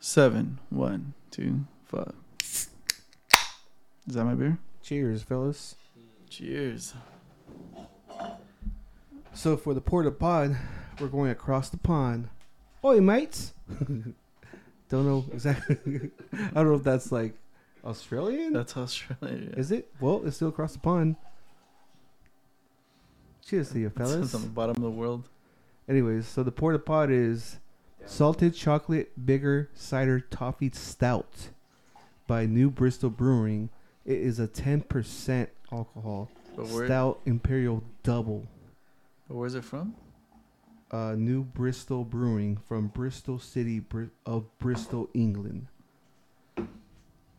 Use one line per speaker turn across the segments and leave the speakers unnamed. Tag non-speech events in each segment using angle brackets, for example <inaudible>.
Seven, one, two, five. Is that my beer?
Cheers, fellas.
Cheers.
So for the porta pod, we're going across the pond. Oi, mates. <laughs> don't know exactly. <laughs> I don't know if that's like Australian.
That's Australia.
Is it? Well, it's still across the pond. Cheers to you,
It's
fellas.
on the bottom of the world.
Anyways, so the porta pod is salted chocolate bigger cider toffee stout by New Bristol Brewing. It is a 10% alcohol
But where?
stout imperial double.
But where's it from?
Uh, New Bristol Brewing from Bristol City Bri- of Bristol, England.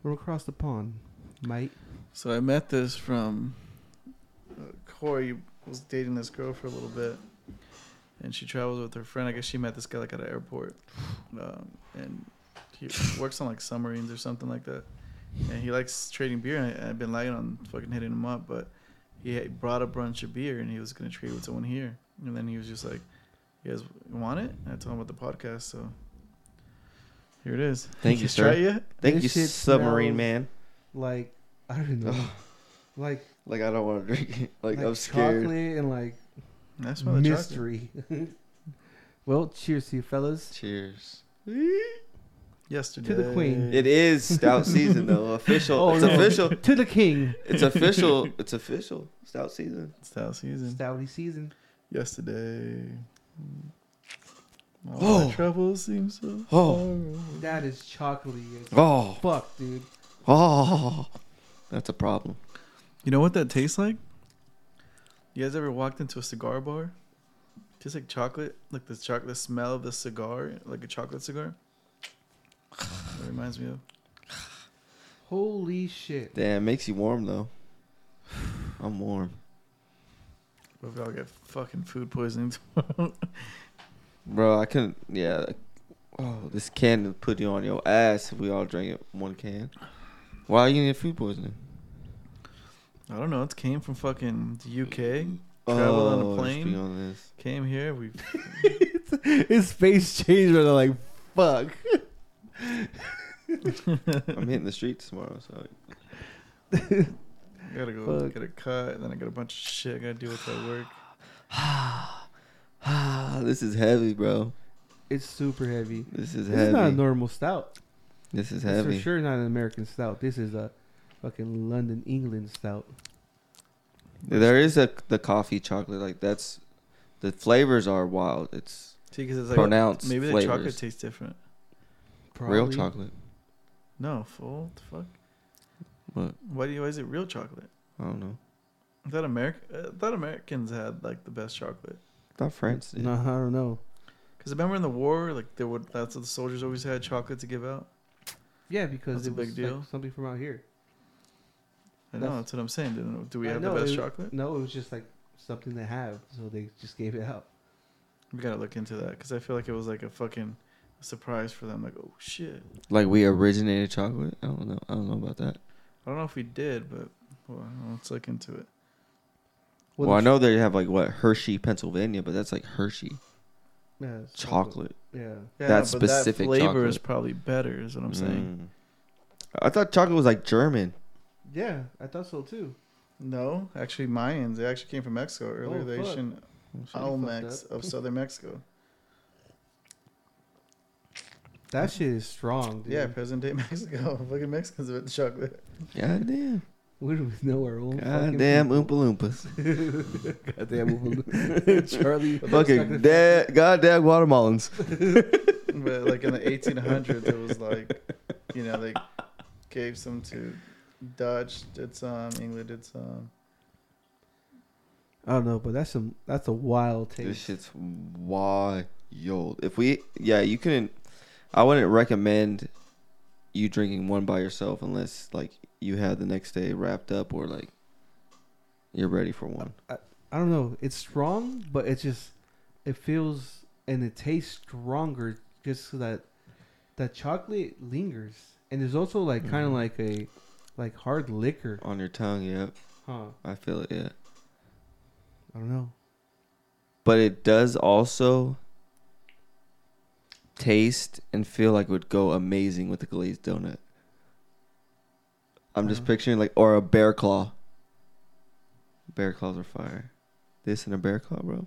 We're across the pond, mate.
So I met this from uh, Corey was dating this girl for a little bit, and she travels with her friend. I guess she met this guy like at an airport, um, and he works on like submarines or something like that. And he likes trading beer, and I, I've been lagging on fucking hitting him up, but he had brought a bunch of beer and he was gonna trade with someone here, and then he was just like, "You guys want it?" And I told him about the podcast, so here it is.
Thank
Try
you, sir.
it yet?
Thank
This
you,
shit
submarine
smells-
man.
Like, I don't
<laughs>
know. like,
Like I don't want to drink it. <laughs> Like,
like
I'm scared.
chocolate and like
I smell the chocolate.
mystery. <laughs> well, cheers to you, fellas.
Cheers.
Yesterday
To the queen.
It is <laughs> stout season though. Official.
Oh,
it's
no.
<laughs> official.
to the king.
It's official. It's official. Stout season.
It's that season.
Stouty season.
Yesterday. Mm. All
Oh.
my troubles seem so.
Oh.
That is chocolatey as
Oh.
fuck, dude.
Oh. That's a problem.
You know what that tastes like? You guys ever walked into a cigar bar? Tastes like chocolate, like the chocolate the smell of the cigar, like a chocolate cigar. That reminds me of.
Holy shit. <laughs>
<laughs> Damn, it makes you warm though. <sighs> I'm warm.
What if y'all get fucking food poisoning <laughs> tomorrow?
Bro, I couldn't. Yeah. Like, oh, this can would put you on your ass if we all drank it one can. Why are you gonna get food poisoning?
I don't know. It came from fucking the UK. Travel on a
Oh, let's
plane?
be honest.
Came here. <laughs> We
His face changed when I'm like, fuck.
I'm hitting the street tomorrow, so
gotta go
Fuck.
get a cut. And then I got a bunch of shit I gotta deal with at work.
ah, <sighs> this is heavy, bro.
It's super heavy.
This is
This
heavy.
is not a normal stout.
this
It's
is
for
heavy.
sure not an American stout. This is a fucking London, England stout.
There is a the coffee chocolate like that's the flavors are wild. It's
See, because it's like
pronounced
maybe the
flavors.
chocolate tastes different.
real chocolate.
No, fool. The fuck?
What?
Why do you? Why is it real chocolate?
I don't know.
I thought America. I thought Americans had like the best chocolate.
I thought France did.
No, I don't know.
Cause remember in the war, like there would. That's what the soldiers always had chocolate to give out.
Yeah, because
That's a
it was
big deal.
Like something from out here.
I know
That's-
that's what I'm saying. Do, do we
I
have
know,
the best
it-
chocolate?
No, it was just like something to have, so they just gave it out.
We gotta look into that. Cause I feel like it was like a fucking surprise for them. Like oh shit.
Like we originated chocolate. I don't know. I don't know about that.
I don't know if we did, but well, let's look into it.
Well, I know they have like what Hershey, Pennsylvania, but that's like Hershey
Yeah, it's
chocolate.
Yeah.
Yeah,
That specific
flavor is
chocolate.
probably better. Is what I'm saying.
Mm. I thought chocolate was like German.
Yeah, I thought so too.
No, actually Mayans. They actually came from Mexico earlier.
Oh,
the
fuck.
Asian
you fucked
Olmecs
up. <laughs>
of southern Mexico.
That shit is strong, dude.
Yeah, present day <laughs> Mexico. Fucking Mexicans with the chocolate.
God damn.
<laughs> We don't even know our own.
God damn Oompa
<laughs>
Loompas.
God
<laughs>
damn. <laughs> Charlie. <laughs>
Fucking dad, goddamn Guatemalans.
But like in the 1800s, it was like, you know, they gave some to Dutch, did some, England did some.
I don't know, but that's some. That's a wild
This
taste.
shit's wild. If we, yeah, you couldn't. I wouldn't recommend you drinking one by yourself unless like you have the next day wrapped up or like you're ready for one.
I don't know. It's strong, but it just it feels and it tastes stronger just so that that chocolate lingers. And there's also like
Mm-hmm.
kind of like a like hard liquor,
On your tongue, yep.
huh?
I feel it, yeah.
I don't know.
But it does also taste and feel like would go amazing with a glazed donut. I'm just
Uh.
picturing like or a bear claw. Bear claws are fire. This and a bear claw, bro.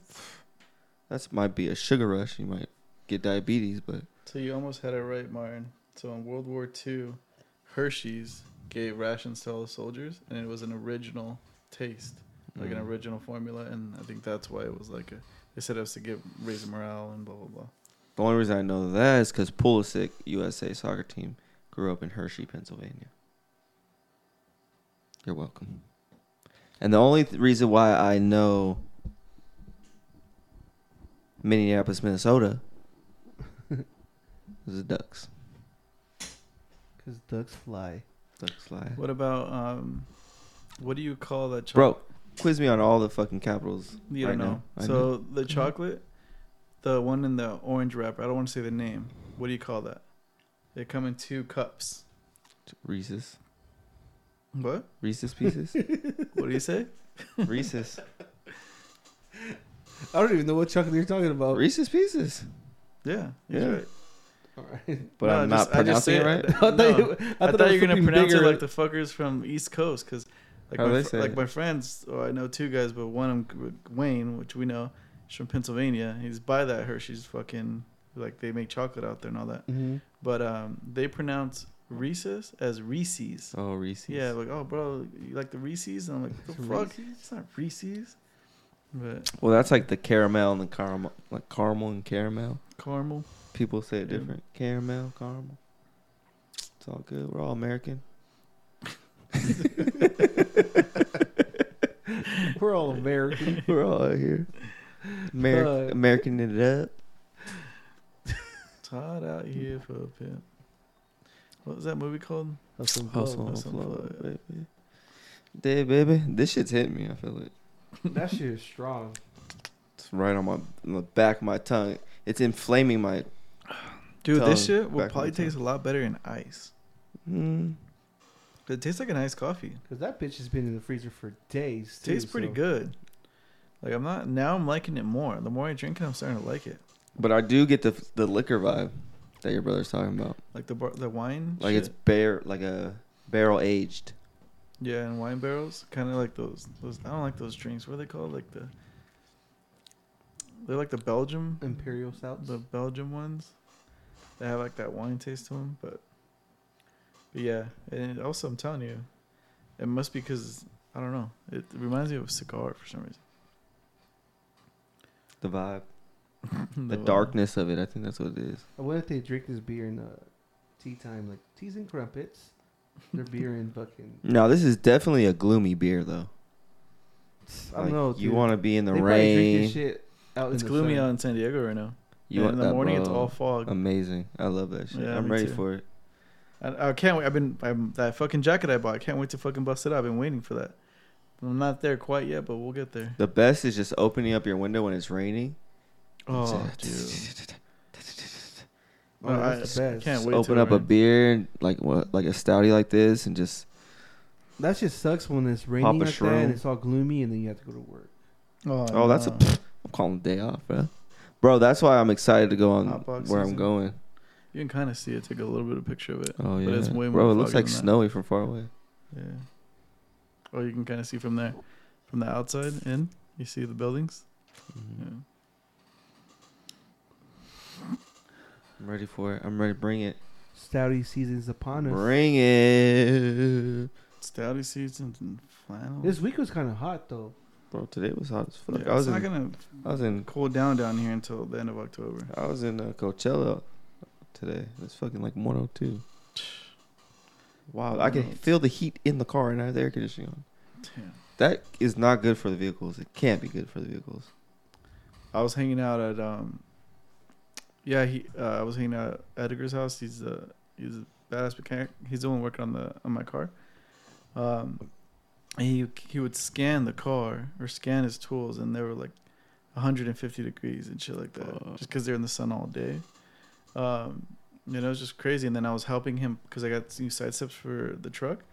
That's might be a sugar rush. You might get diabetes, but
So you almost had it right, Martin. So in World War II, Hershey's gave rations to all the soldiers, and it was an original taste, like an
Mm.
original formula, and I think that's why it was like a. They said it was to give raise morale and blah blah blah.
The only reason I know that is because Pulisic, USA soccer team, grew up in Hershey, Pennsylvania. You're welcome. And the only th- reason why I know Minneapolis, Minnesota, <laughs> is the Ducks.
Because ducks
<laughs>
fly.
Ducks fly.
What about um, what do you call that?
Bro, quiz me on all the fucking capitals.
You
right
don't know.
now. I Mm-hmm.
so the chocolate, the one in the orange wrapper. I don't want to say the name. What do you call that? They come in two cups.
Reese's,
What? <laughs>
Reese's pieces,
What do you
<laughs>
say?
Reese's,
I don't even know what chocolate you're talking about.
Reese's pieces.
Yeah. he's
Yeah.
right.
All right. <laughs>
But
No, I
I'm
just-
not
I just
pronouncing it
say
right.
it.
I thought
<laughs> No.
you,
I,
I
thought, you were
it was
gonna
something
pronounce
bigger.
it like the fuckers from East Coast, because like
How do
my,
they
fr-
say
like
it?
my friends, or I know two guys, but one of 'em, Wayne, which we know, is from Pennsylvania. He's by that Hershey's fucking like they make chocolate out there and all that.
Mm-hmm.
Mhm.
But um, they pronounce Reese's as Reese's.
Oh, Reese's.
Yeah, like oh bro, you like the Reese's? And I'm like, the fuck, it's not Reese's, but
Well, that's like the caramel and the caramel, like caramel and caramel.
caramel.
People say it
Yeah.
different. Caramel, caramel. It's all good. We're all American. <laughs>
We're
<laughs>
all American.
We're all out here. Ameri-
Fuck.
American it up.
It's hot out here for a pimp. What was that movie called?
Hustle
Oh,
and
Hustle
flow.
and
hustle and
flow,
flow,
baby. Day, baby. This shit's hitting me. I feel it.
That shit is strong.
It's right on my on the back of my tongue. It's inflaming my.
Dude, this
Tongue,
shit will
back of
probably
the tongue.
taste a lot better in ice.
Mm.
It tastes like an iced coffee.
Because that bitch has been in the freezer for days.
It
Too,
tastes pretty
so-
good. Like I'm not now. I'm liking it more. The more I drink it, I'm starting to like it.
But I do get the the liquor vibe that your brother's talking about.
Like the bar, the wine.
Like
shit.
it's bare, like a barrel aged.
yeah, and wine barrels, kind of like those. Those I don't like those drinks. What are they called? Like the. They're like the Belgium,
Imperial stouts.
the Belgium ones. They have like that wine taste to them, but. But yeah, and it also I'm telling you, it must be because I don't know. It reminds me of a cigar for some
The vibe.
reason. <laughs>
The
wine.
darkness of it. I think that's what it is.
I wonder if they drink this beer in uh, tea time, like teas and crumpets. Their beer in fucking.
No, this is definitely a gloomy beer though.
I don't know.
You
dude.
want to be in the
They probably Drink
rain.
this shit out
It's
in the
gloomy
sun.
out in San Diego right now.
You
And
want
in the
that,
morning,
bro. Um,
it's all fog.
Amazing. I love that shit.
Yeah,
I'm
me
ready
too.
for it.
I, I can't wait. I've been I'm, that fucking jacket I bought. I can't wait to fucking bust it out. I've been waiting for that. I'm not there quite yet, but we'll get there.
The best is just opening up your window when it's raining.
Oh, dude.
Oh,
No,
that's the
I- I
best.
can't wait.
Open
till
up a
rain.
beer, and like what, like a stouty like this, and just
That shit sucks when it's
a
raining like that
shroom.
and it's all gloomy and then you have to go to work.
Oh,
oh, that's a.
no.
I'm calling the day off, bro. Bro, that's why I'm excited to go on
Hot box
where I'm
season.
going.
You can kind of see it. Take a little bit of picture of it.
Oh yeah,
But it's way
bro.
more
It looks
foggy
like
than that.
snowy from far away.
Yeah. Oh, you can kind of see from there, from the outside in. You see the buildings.
Mm-hmm.
Yeah.
I'm ready for it. I'm ready. Bring it.
Stouty season's upon us.
Bring it,
Stouty seasons and flannel.
This week was kind of hot though.
bro. Today was hot as fuck.
yeah,
I was
it's
in.
not gonna
I was in
cool down down here until the end of October.
I was in uh, Coachella today. It's fucking like 102. Wow, I can feel the heat in the car and I have the air conditioning on.
Damn.
That is not good for the vehicles. It can't be good for the vehicles.
I was hanging out at um, yeah, he uh, I was hanging out at Edgar's house. He's uh he's a badass mechanic. He's the one working on the on my car. Um, and he he would scan the car or scan his tools, and they were like 150 degrees and shit like that,
Fuck.
just because they're in the sun all day. Um, you know, it was just crazy. And then I was helping him because I got new side steps for the truck,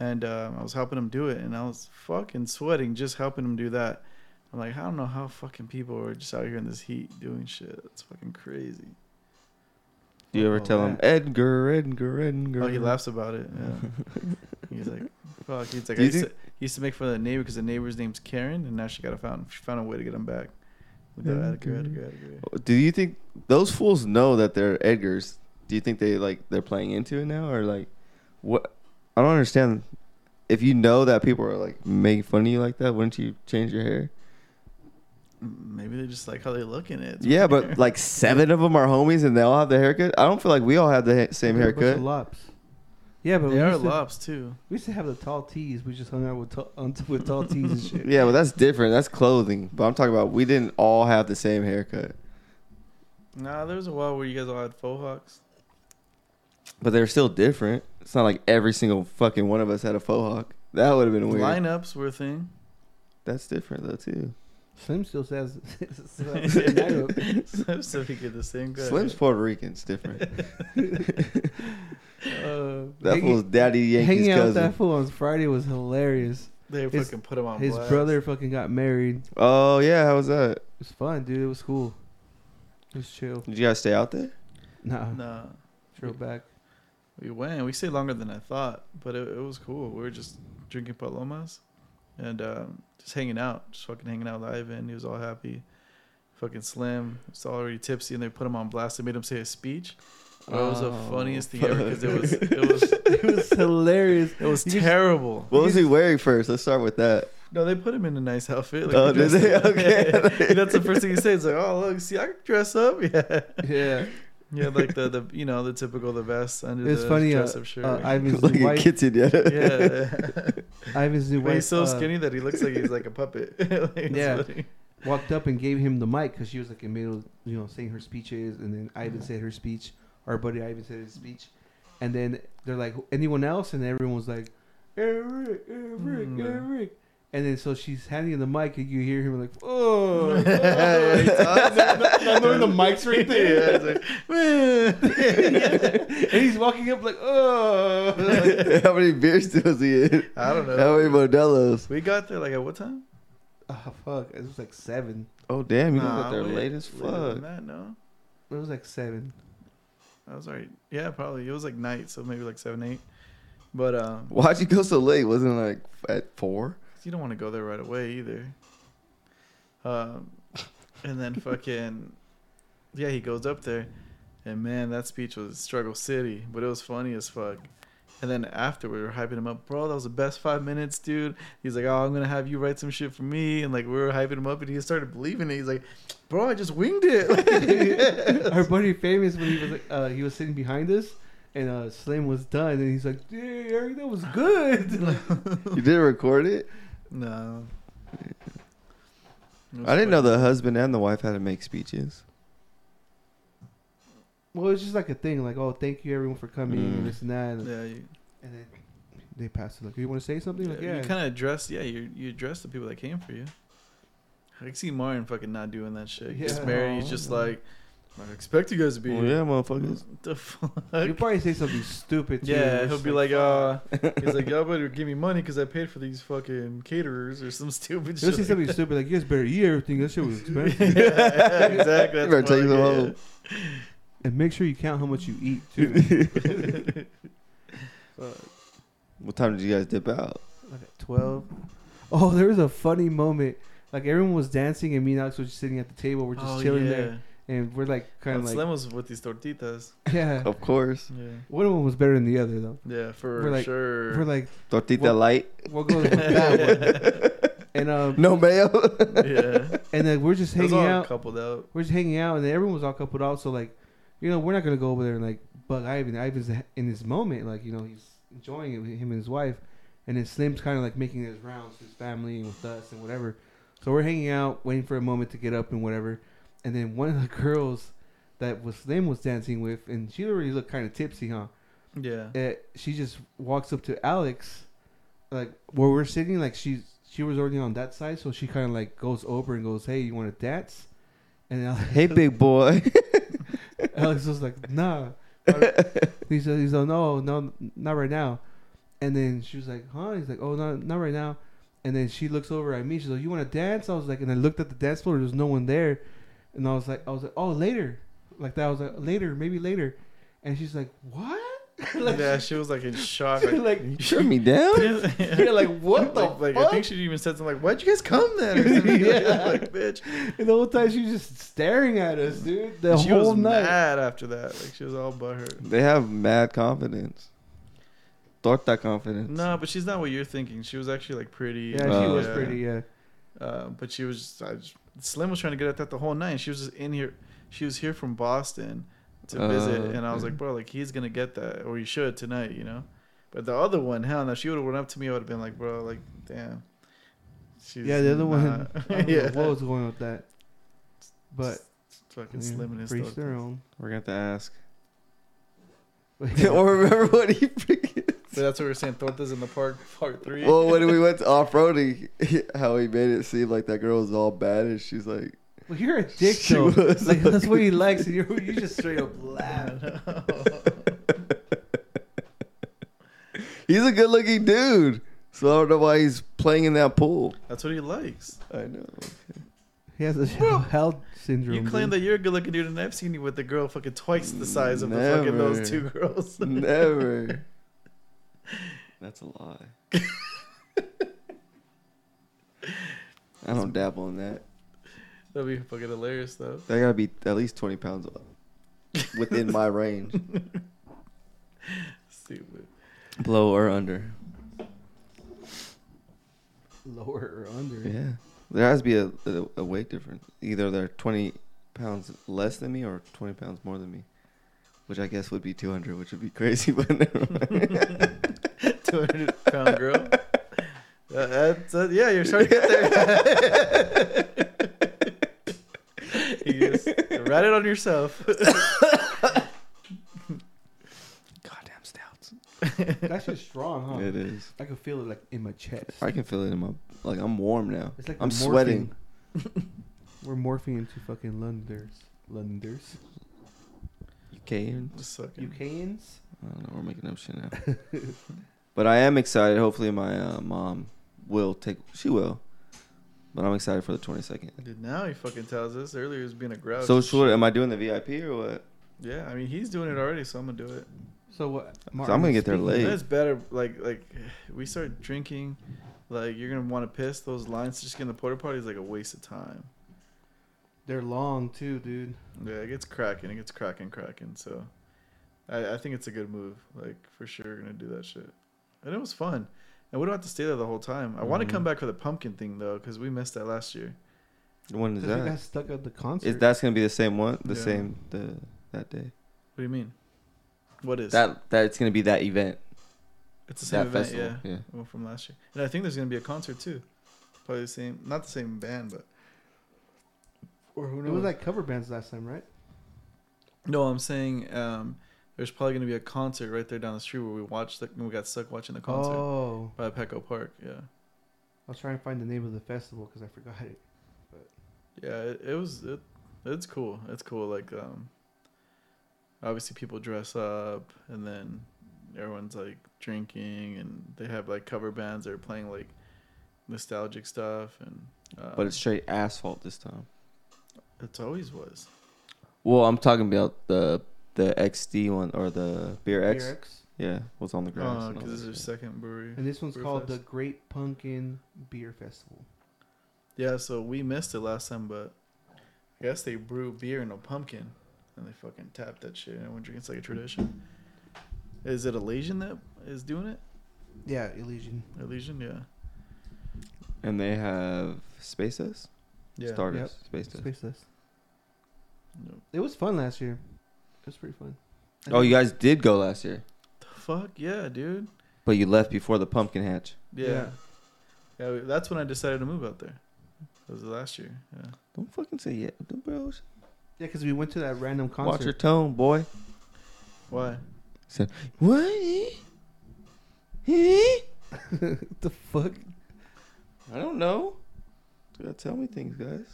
and um, I was helping him do it, and I was fucking sweating just helping him do that. I'm like, I don't know how fucking people are just out here in this heat doing shit. It's fucking crazy.
Do you ever
Oh,
tell him
yeah.
Edgar, Edgar, Edgar?
Oh, he
<laughs>
laughs about it. Yeah. he's like, fuck. He's like,
Do
I
you
used, to,
think-
he used to make fun of the neighbor because the neighbor's name's Karen, and now she got a found she found a way to get him back. We go, Edgar, Edgar,
Mm-hmm.
Edgar.
Do you think those fools know that they're Edgars? Do you think they like they're playing into it now, or like what? I don't understand. If you know that people are like making fun of you like that, wouldn't you change your hair?
Maybe they just like how they look in it. It's
yeah,
weird.
but like seven of them are homies and they all have the haircut. I don't feel like we all have the ha- same
They're a bunch of
haircut.
Lops. Yeah, but
<laughs>
we
they are
used, to,
lops too.
we used to have the tall tees. We just hung out with tall, on- with tall tees
<laughs>
and shit.
Yeah, but that's different. That's clothing. But I'm talking about we didn't all have the same haircut,
Nah, there was a while where you guys all had faux hawks.
but they're still different. It's not like every single fucking one of us had a faux hawk. That would have been weird.
Lineups were a
<laughs>
thing.
That's different though too.
Slim still says. <laughs>
<laughs>
still has the same outlook.
so, so we get the same. Go
Slim's
ahead.
Puerto Rican. It's different. <laughs>
Uh,
That
hanging-
fool's daddy Yankee's
Hanging out with
cousin.
that fool on Friday was hilarious.
They
His-
fucking put him on
His
blast.
brother fucking got married. It
oh yeah, how was that?
was fun, dude. It was cool. It was chill.
Did you guys stay out there?
Nah,
Nah,
drove
<laughs>
back.
we went. We stayed longer than I thought, but it, it was cool. We were just drinking palomas and um, just hanging out, just fucking hanging out live. And he was all happy. Fucking Slim was already tipsy, and they put him on blast. They made him say a speech. That was the
Oh,
funniest thing
fuck.
ever because it
<laughs>
was it was
it was hilarious.
it was
You just-
terrible.
What was he wearing first? Let's start with that.
No, they put him in a nice outfit. he
Oh, did
dressed
they?
up. <laughs>
Okay.
that's the first thing he says. Like, oh look, see, I can dress up. <laughs> Yeah,
<laughs> Yeah,
yeah, like the, the you know the typical the vest under
It's
the
funny, uh,
dress up shirt.
uh, Ivan's
<laughs> like
new
a
wife.
quinceañera.
yeah,
<laughs>
Ivan's new
but
wife.
he's so
uh,
skinny that he looks like he's like a puppet. <laughs> Like, it's
Yeah.
funny. <laughs>
walked up and gave him the mic because she was like in middle, of, you know, saying her speeches, and then Ivan said her speech. Our buddy Ivan said his speech, and then they're like, anyone else, and everyone was like, Eric, Eric,
Mm.
Eric, and then so she's handing him the mic, and you hear him like, oh, oh.
Yeah, he's
And then- and then the mic's right
Yeah,
<laughs>
there.
it's like, "Meh."
and he's walking up like, oh,
<laughs> how many beers was he in?
<laughs> I don't
How
know.
many Modelo's?
We got there like at what time?
oh fuck, it was like seven.
Oh damn, you guys
Nah,
got there
way-
late as
later than
fuck.
That no,
It was like seven.
I was already yeah probably it was like night so maybe like seven eight, but um
Why'd you go so late? Wasn't it like at four?
You don't want to go there right away either. Um, and
<laughs>
then fucking, yeah, he goes up there, and man, that speech was struggle city, but it was funny as fuck. And then after we were hyping him up, bro, that was the best five minutes, dude. He's like, oh, I'm gonna have you write some shit for me, and like we were hyping him up, and he started believing it. He's like, bro, I just winged it. <laughs>
<laughs> Our buddy famous when he was like, <laughs> uh, he was sitting behind us, and uh, Slim was done, and he's like, "Dude, Eric, that was good." <laughs> Like,
You didn't record it?
no. It was
<laughs> I didn't know
funny.
the husband and the wife had to make speeches.
well, it's just like a thing, like, "Oh, thank you everyone for coming,"
Mm.
and this and that, and,
Yeah, you,
and then they passed it. Like, you want to say something? Like,
Yeah,
yeah,
you kind of address. Yeah, you you address the people that came for you. I can see Martin fucking not doing that shit. He gets
Yeah.
married. He's just like, I expect you guys to be.
Oh,
Well,
here."
Oh, yeah, <laughs> motherfuckers.
What <laughs> The fuck.
you probably say something stupid. Too,
yeah,
It's
he'll be like, uh, he's
<laughs>
like,
like,
y'all better give me money because I paid for these fucking caterers or some <laughs> stupid
he'll say
shit.
something stupid like, "You guys better eat everything. That shit
<laughs>
was
yeah,
expensive,
exactly.
<laughs>
You
That's
better take
what I
them
get.
and make sure you count how much you eat
<laughs>
too."
what time did you guys dip out?
<laughs> like at 12. Oh, there was a funny moment. Like everyone was dancing, and me and Alex was just sitting at the table. We're just
Oh,
chilling
yeah.
there, and we're like kind
And
of like,
Slim was with these tortitas.
<laughs> yeah.
Of course.
Yeah,
One of them was better than the other, though.
yeah, for
We're like-
sure. <laughs>
We're like,
Tortita
What-
light.
what goes with that one? And um,
No mayo.
yeah,
and then we're just
it was
hanging
all
out.
coupled out.
We're just hanging out, and then everyone was all coupled out. So like, you know, we're not gonna go over there and like bug Ivan. Ivan's in his moment, like you know, he's enjoying it with him and his wife. And then Slim's kind of like making his rounds with his family and with us and whatever. So we're hanging out, waiting for a moment to get up and whatever. And then one of the <laughs> girls that was Slim was dancing with, and she already looked kind of tipsy, huh?
Yeah.
uh, she just walks up to Alex, like where we're sitting. Like she's she was already on that side, so she kind of like goes over and goes, "Hey, you want to dance?" And Alex,
<laughs> hey, big boy.
<laughs>
<laughs>
Alex was like, "Nah." he said, "He's like, no, no, not right now." And then she was like, "Huh?" He's like, "Oh, no, not right now." And then she looks over at me. She's like, "You want to dance?" I was like, and I looked at the dance floor. There's no one there, and I was like, I was like, "Oh, later," like that. I was like, "Later, maybe later." and she's like, "What?" <laughs> <laughs> like,
yeah, she was like in
<laughs>
shock. Like,
like,
You shut me down?
<laughs>
yeah, like what the
like, like,
fuck?
I think she even said something like, "Why'd you guys come then?" <laughs> Or something.
<laughs> Yeah.
like, bitch.
and the whole time she was just staring at us, dude. The
she
whole
was
night.
mad after that. Like she was all butthurt.
They have mad confidence. Torta confidence.
No, but she's not what you're thinking. She was actually like pretty.
Yeah, she
and,
Uh,
was
yeah.
pretty. Yeah,
Uh, but she was just, I just- Slim was trying to get at that the whole night. and She was just in here. She was here from Boston to visit,
Oh,
and I was
okay.
like, bro, like he's gonna get that, or he should tonight, you know. But the other one, hell no, she would have went up to me. I would have been like, bro, like damn. She's
yeah. The other one.
<laughs> not-
<laughs> I don't know
yeah.
what was going with that? But
Fucking
yeah,
Slim and his
preach
stuff.
their own. <laughs>
We're gonna have to <laughs> ask.
um, yeah,
or remember what he freaking
So that's what we were saying. Tortas in the park, <laughs> part three.
Well
<laughs>
when <laughs> we went to off roading how he made it seem like that girl was all bad and she's like
well, you're a dick
She
though.
was
Like, that's what he likes, and you're you just
<laughs>
straight up laugh.
He's a good looking dude. So I don't know why he's playing in that pool.
<laughs> That's what he likes.
I know.
<laughs> He has a shallow hell syndrome.
You claim
dude.
that you're a good looking dude, and I've seen you with a girl fucking twice the size of the
Never.
fucking those two girls. <laughs>
<laughs> Never. That's a lie. <laughs> I don't dabble in that.
That'd be fucking hilarious, though.
That gotta be at least twenty pounds within my range,
<laughs> Stupid. <laughs>
below or under.
lower or under.
<laughs>
Yeah, there has to be a, a, a weight difference. Either they're twenty pounds less than me or twenty pounds more than me, which I guess would be two hundred, which would be <laughs> crazy. But never mind.
200 pound girl. Uh, that's, uh, yeah, you're starting to get there. <laughs> you just write it on yourself. <laughs>
Goddamn stouts.
That shit's strong, huh?
It is.
I can feel it like in my chest.
I can feel it in my like I'm warm now.
It's like
I'm
we're morphing-
sweating.
We're morphing into fucking Londoners. Londoners.
Okay,
Just sucking.
<laughs> UKans?
I don't know. We're making up shit now. but I am excited. Hopefully, my uh, mom will take. She will. But I'm excited for the 22nd.
Dude, now he fucking tells us. Earlier he was being a grouch.
So, should, am I doing the VIP or what?
yeah, I mean he's doing it already, so I'm gonna do it.
So what?
I'm gonna get there
speaking-
late.
That's better. Like like we start drinking, like you're gonna want to piss. Those lines to just getting the porta potty is like a waste of time.
They're long too, dude.
Yeah, it gets cracking. It gets cracking, cracking. So, I, I think it's a good move. Like for sure, gonna do that shit. And it was fun, and we don't have to stay there the whole time. I want
Mhm.
to come back for the pumpkin thing though, because we missed that last year.
When is
Because we got
that?
stuck at the concert.
Is that's gonna be the same one? The
Yeah.
same the that day.
What do you mean? What is
That that it's gonna be that event.
It's the same
that
event,
festival,
yeah.
yeah.
The One from last year, and I think there's gonna be a concert too. Probably the same, not the same band, but or who
It was like cover bands last time, right?
No, I'm saying um, there's probably gonna be a concert right there down the street where we watched. The, when we got stuck watching the concert
Oh,
by Petco Park. Yeah,
I'll try and find the name of the festival because I forgot it.
yeah. It, it was. It, it's cool. It's cool. Like um, obviously people dress up, and then everyone's like drinking, and they have like cover bands that are playing like nostalgic stuff, and uh,
But it's straight asphalt this time.
it's always was.
Well, I'm talking about the the XD one or the beer X.
X.
Yeah, was on the grass. and all
because Oh, this is
that
their
shit.
second brewery.
And this one's
Beer
called the
Fest.
Great Pumpkin Beer Festival.
Yeah, so we missed it last time, but I guess they brew beer in a pumpkin and they fucking tap that shit and everyone drinks like a tradition. Is it Elysian that is doing it?
Yeah, Elysian.
Elysian, yeah.
And they have Space Dust?
Yeah.
Stardust.
Yep.
Space Dust.
Space Dust.
Nope.
It was fun last year. It was pretty fun.
Oh, you guys did go last year,
The fuck yeah, dude.
but you left before the pumpkin hatch.
Yeah. Yeah,
Yeah.
we- that's when I decided to move out there. That was last year. Yeah.
Don't fucking say yeah, Don't- bro. sh-
Yeah, because we went to that random concert. <laughs>
Watch your tone, boy.
Why?
Said what? Eh?
the fuck?
I don't know. You gotta tell me things, guys.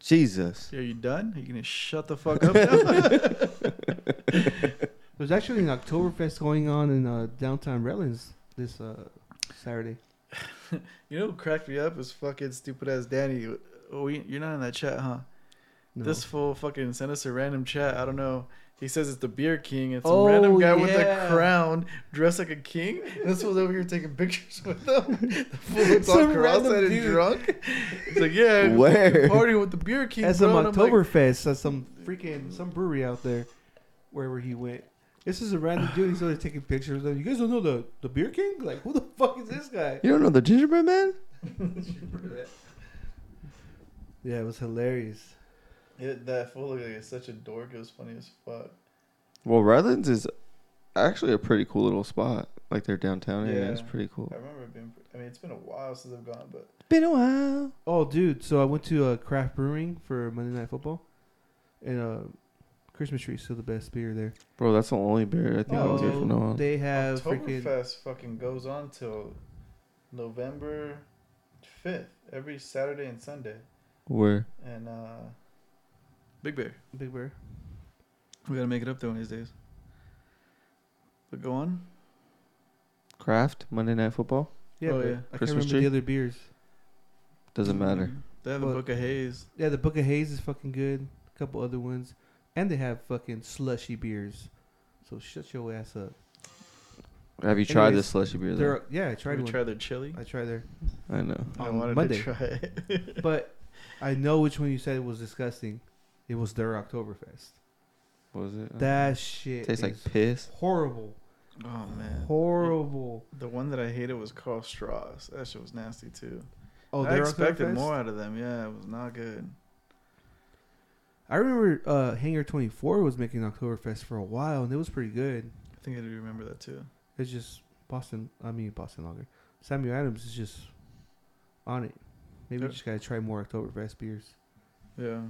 Jesus.
Are you done? Are you gonna shut the <laughs> fuck up now?
<laughs>
There's actually an Oktoberfest going on in uh, downtown Redlands this uh, Saturday.
you know who cracked me up is fucking stupid ass Danny. Oh, you- you're not in that chat, huh?
No.
This fool fucking sent us a random chat. I don't know. He says it's the beer king and some
Oh,
random guy with
yeah.
a crown dressed like a king. And this fool's over here taking pictures with them. <laughs> The
<laughs>
fool looks all
Some
cross eyed
random
and
dude.
drunk. He's like,
<laughs>
Yeah,
Where?
party with the beer king.
At some
bro. And I'm like,
Oktoberfest at some freaking some brewery out there, wherever he went. This is a random dude. He's only taking pictures. Like, you guys don't know the the beer king? Like, who the fuck is this
<laughs>
guy?
You don't know the gingerbread man?
yeah, it was hilarious.
It, that fool looked like it's such a dork. It was funny as fuck.
Well, Redlands is actually a pretty cool little spot. Like their downtown area is
Yeah.
pretty cool.
I remember it being. I mean, it's been a while since I've gone, but
Been a while.
Oh, dude. So I went to uh, Craft Brewing for Monday Night Football, and uh, Christmas Tree's still the best beer there.
Bro, that's the only beer I think
Oh,
I'll get from now on.
they have freaking
Oktoberfest fucking goes on till November fifth every Saturday and Sunday.
Where?
And uh Big Bear,
Big Bear.
we gotta make it up there one of these days. But go on.
Craft? Monday Night Football?
Yeah,
Oh,
but
yeah.
I can't
Christmas
remember
tree?
the other beers.
Doesn't
Mm-hmm.
matter.
They have a
But-
book of haze.
Yeah, the Book of Haze is fucking good. A couple other ones, and they have fucking slushy beers. So shut your ass up.
Have you tried
Anyways,
this slushy beer?
There,
Though?
are- yeah, I
Try
tried
we
one.
try their chili.
I tried there,
I know.
I,
on
wanted to
Monday.
try it. <laughs>
but I know which one you said was disgusting. It was their Oktoberfest.
What was it?
That shit
Uh-huh. tastes like
is
piss.
horrible,
Oh man.
horrible.
The one that I hated was Carl Strauss. That shit was nasty too.
Oh,
I
their
expected
Oktoberfest?
more out of them. Yeah, it was not good.
I remember uh, Hangar Twenty Four was making Oktoberfest for a while, and it was pretty good.
I think I do remember that too.
It's just Boston. I mean Boston Lager. Samuel Adams is just on it. Maybe we
Yeah.
just gotta try more Oktoberfest beers.
Yeah.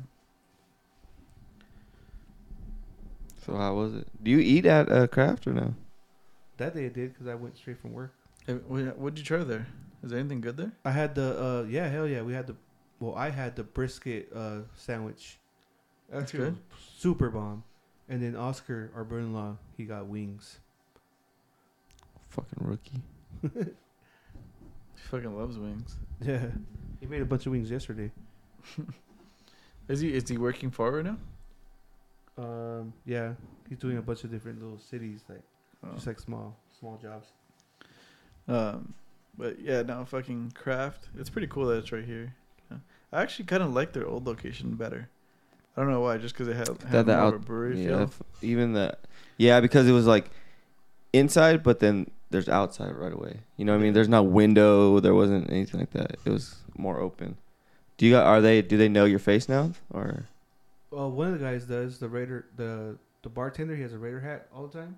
So how was it? Do you eat at uh, Craft or no?
That day I did because I went straight from work.
Hey, wh- What'd you try there? Is there anything good there?
I had the uh yeah hell yeah we had the well I had the brisket uh sandwich.
That's
It was
good.
Super bomb. And then Oscar, our brother-in-law, he got wings. <laughs>
Fucking rookie.
He fucking loves wings.
Yeah, he made a bunch of wings yesterday.
Is he is he working far right now?
Um yeah, he's doing a bunch of different little cities like
Oh.
just like small small jobs.
Um, but yeah, no fucking craft. It's pretty cool that it's right here. Yeah. I actually kind of like their old location better. I don't know why, just because it had, had
That- that
more of
out-
a brewery
Yeah,
feel.
f- even the yeah because it was like inside, but then there's outside right away. You know what I mean? There's not window. There wasn't anything like that. It was more open. Do you got? Are they? Do they know your face now? Or
Well, one of the guys does the raider the the bartender. He has a raider hat all the time.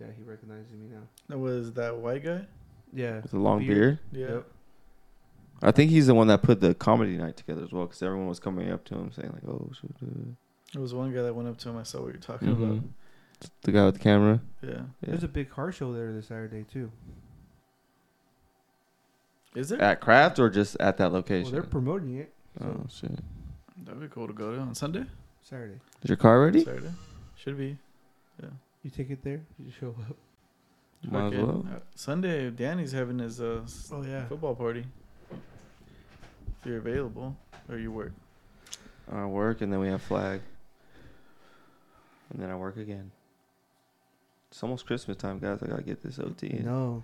Yeah, he recognizes me now.
That was that white guy.
Yeah,
with a long
Beard.
beard?
Yeah.
Yep.
I think he's the one that put the comedy night together as well, because everyone was coming up to him saying like, "Oh, shoot, uh,
There was one guy that went up to him. I saw what you're talking about.
Mhm. the guy with the camera."
Yeah.
Yeah.
There's a big car show there this Saturday too.
Is there?
At Craft or just at that
Well,
location?
they're promoting it
oh shit!
That'd be cool to go to on Sunday.
Saturday.
Is your car ready?
Saturday. Should be.
You take it there. You show up.
Might as
Fucking-
well.
uh, Sunday, Danny's having his uh, s-
Oh yeah.
football party. If you're available or you work.
I work and then we have flag. And then I work again. It's almost Christmas time, guys. I gotta get this OT and
No.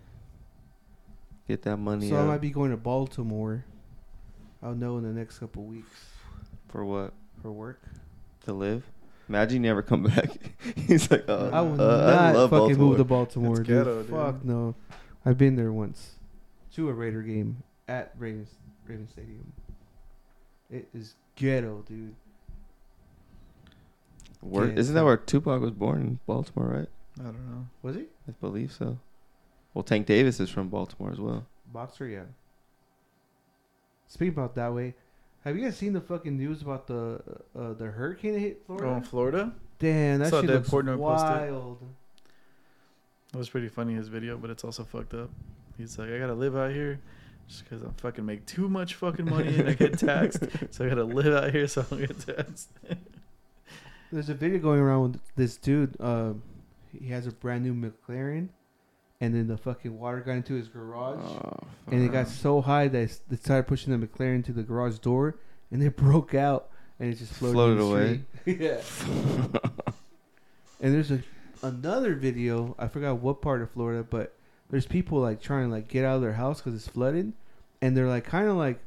get that money
So I
out.
might be going to Baltimore. I'll know in the next couple weeks
for what?
for work.
To live? Imagine you never come <laughs> back. He's like, oh,
I will
uh,
not
I love
fucking
Baltimore.
move to Baltimore,
It's
dude.
ghetto, dude.
Fuck no. I've been there once to a Raider game at Ravens Raven Stadium. It is ghetto, dude.
Where-
Yeah,
isn't that
so-
where Tupac was born? In Baltimore, right?
I don't know.
Was he
I believe so. Well, Tank Davis is from Baltimore as well.
boxer? Yeah. Speaking about that way, have you guys seen the fucking news about the uh, the hurricane that hit Florida?
Oh, in Florida?
Damn, that
Saw
shit
that
looks
Portnoy posted.
wild.
It was pretty funny his video, but it's also fucked up. He's like, I gotta live out here just because I fucking make too much fucking money and I get
<laughs>
taxed, so I gotta live out here so I don't get taxed.
There's a video going around with this dude. Um, he has a brand new McLaren, and then the fucking water got into his garage,
Oh.
and it got so high that it's- they started pushing the McLaren to the garage door, <laughs> and it broke out, and it just floated, <laughs> in the
Floated
street. yeah, And there's a another video. I forgot what part of Florida, but there's people like trying to like get out of their house because it's flooded, and they're like kind of like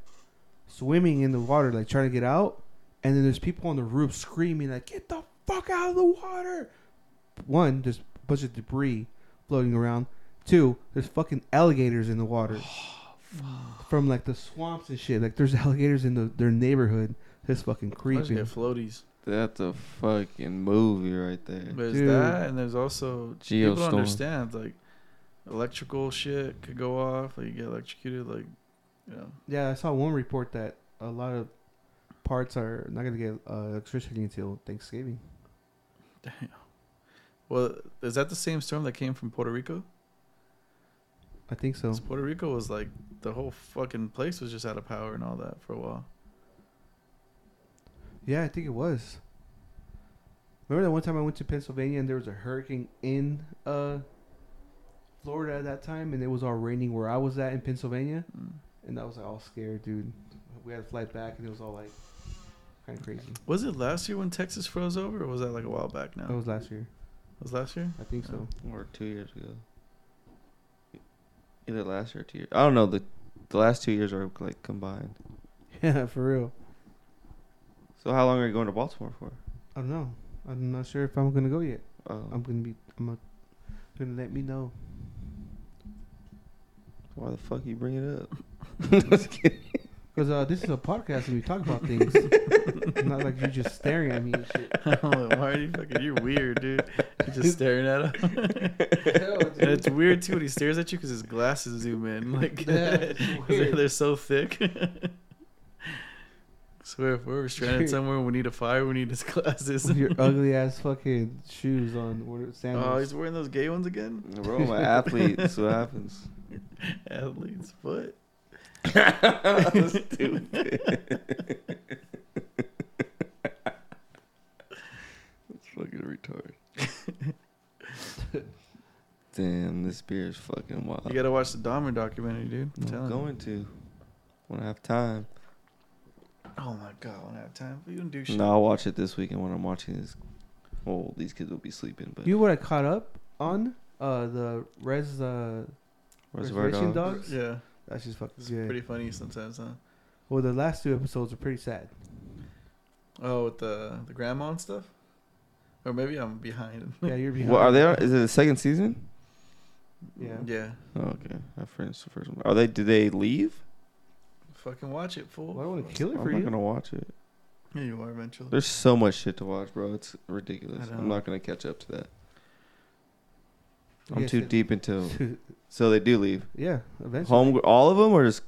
swimming in the water, like trying to get out. And then there's people on the roof screaming like, "Get the fuck out of the water!" One, there's a bunch of debris floating around. Two, there's fucking alligators in the water from like the swamps and shit. Like there's <laughs> alligators in the, their neighborhood. That's fucking
I just
creepy.
get floaties.
<laughs> That's a fucking movie right there.
There's
Dude.
that, and there's also people
Geostorm.
don't understand like electrical shit could go off, like you get electrocuted, like you know. <laughs>
Yeah, I saw one report that a lot of parts are not gonna get uh, electricity until Thanksgiving.
Damn. Well, is that the same storm that came from Puerto Rico?
I think so.
'Cause Puerto Rico was like the whole fucking place was just out of power and all that for a while.
Yeah, I think it was. Remember that one time I went to Pennsylvania and there was a hurricane in uh, Florida at that time, and it was all raining where I was at in Pennsylvania,
Mm.
and I was like all scared, dude. We had to flight back, and it was all like kind of crazy.
Was it last year when Texas froze over, or was that like a while back now?
That was last year,
was last
<laughs>
year? <laughs>
I think so.
Or two years ago. Either last year or two years. I don't know. The the last two years are like combined.
Yeah, <laughs> for real.
So how long are you going to Baltimore for?
I don't know. I'm not sure if I'm gonna go yet.
Oh,
I'm gonna be. I'm gonna, gonna let me know.
why the fuck you bring it up?
<laughs>
<laughs>
Because uh, this is a podcast and we talk about
<laughs>
things. Not like you just staring at me and shit.
I'm like, why are you fucking? You're weird, dude. You're just staring at him.
<laughs>
Hell, dude.
<laughs> and it's weird too when he stares at you because his glasses zoom in, <laughs> like
Yeah, it's
'cause they're,
weird.
they're so thick. <laughs> Swear, if we're stranded
Dude.
somewhere, we need a fire. We need his glasses. <laughs>
With your ugly ass fucking shoes on. What are-
Oh, he's
sandals?
wearing those gay ones again.
We're all my athletes.
<laughs>
What happens? <laughs>
Athlete's foot.
Oh, Stupid.
<laughs>
That's fucking retarded. <laughs> Damn, this beer is fucking wild.
You gotta watch the Dahmer documentary, dude. I'm
I'm
uh,
telling
going to when I have time.
you. Oh my god, when I have time, we don't do shit.
No, I'll watch it this weekend when I'm watching this. Oh, these kids will be sleeping, but
you know what I caught up on? Uh, the res. Uh,
Reservoir
Reservation
Dogs.
Dogs?
Yeah,
that's just fucking
it's
good.
pretty funny sometimes, huh?
well, the last two episodes are pretty sad.
Oh, with the the grandma and stuff. Or maybe I'm behind.
Yeah, you're behind.
Hmm. Well, are they? Is it the second season?
Yeah.
yeah.
Oh, okay, I finished the first one. Are they? Did they leave?
Fucking watch it, fool.
Well, I want to kill it
I'm
for
not
you.
gonna watch it.
Yeah, you are eventually.
There's so much shit to watch, bro. It's ridiculous.
I know.
I'm not gonna catch up to that. I'm
Yeah,
too
shit.
deep into. So they do leave.
<laughs> yeah, eventually.
Home, all of them, or just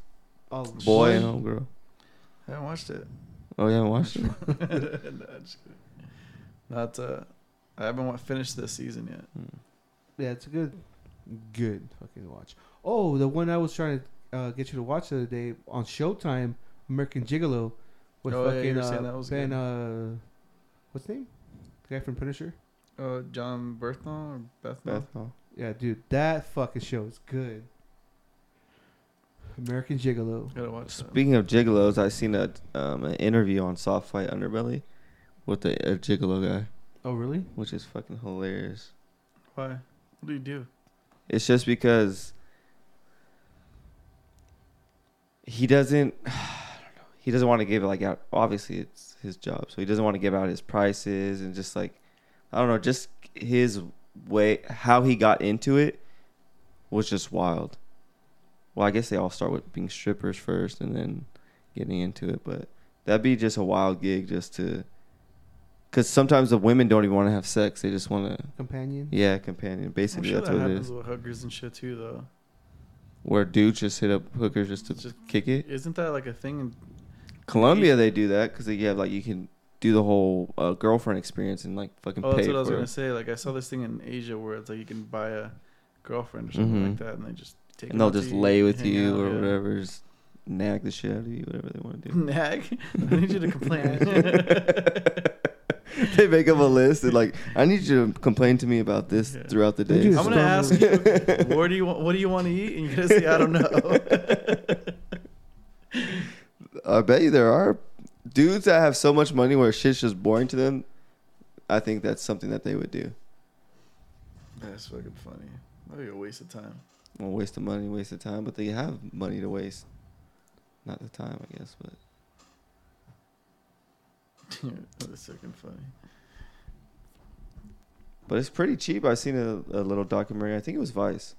Oh,
boy and
shit.
homegirl?
I haven't watched it.
Oh, you haven't watched
<laughs>
it?
no, I'm just kidding. Not. Uh, I haven't wa- finished this season yet.
Hmm.
Yeah, it's a good, good fucking watch. Oh, the one I was trying to uh, get you to watch the other day on Showtime, American Gigolo, with
Oh, yeah, you were
fucking
saying
uh,
that was
Ben.
good.
Uh, what's his name? The guy from Punisher.
Uh, John Berthnall or Bethnal.
Beth, oh.
Yeah, dude, that fucking show is good. American Gigolo.
Gotta watch that.
Speaking of gigolos, I seen a um, an interview on Soft Fight Underbelly with a, a gigolo guy,
Oh, really?
which is fucking hilarious.
Why? What do you do?
It's just because he doesn't. <sighs> I don't know. He doesn't want to give like out. Obviously, it's his job, so he doesn't want to give out his prices and just like I don't know, just his way how he got into it was just wild. Well, I guess they all start with being strippers first and then getting into it, but that'd be just a wild gig just to. Because sometimes the women don't even want to have sex; they just want to,
Companion.
yeah, companion.
I'm
Basically,
sure
that's
that
what it is
happens with hookers and shit too, though.
where dudes just hit up hookers just to
Just-
kick it.
Isn't that like a thing? in-
Colombia, they do that because they have like you can do the whole uh, girlfriend experience and like fucking
Oh,
pay
that's what I was
for
gonna
it.
say. Like I saw this thing in Asia where it's like you can buy a girlfriend or something like
Mhm.
that, and they just take. them
and they'll
out to
just
eat,
lay with
hang
you
out,
or
yeah.
whatever, just nag the shit out of you, whatever they want to
<laughs>
do.
Nag. <laughs> I need you to complain.
they make up a list and like, I need you to complain to me about <laughs> this
Yeah.
throughout the
They
day.
do
I'm gonna
<laughs>
ask <laughs>
<laughs>
you, where do you want, what do you want to eat? And you're gonna say, I don't know.
I bet you there are dudes that have so much money where shit's just boring to them. I think that's something that they would do.
That's fucking funny. That'd be a waste of time. <laughs>
Well, waste of money, waste of time, but they have money to waste. Not the time, I guess, but
That's fucking funny.
but it's pretty cheap. I've seen a, a little documentary. I think it was Vice,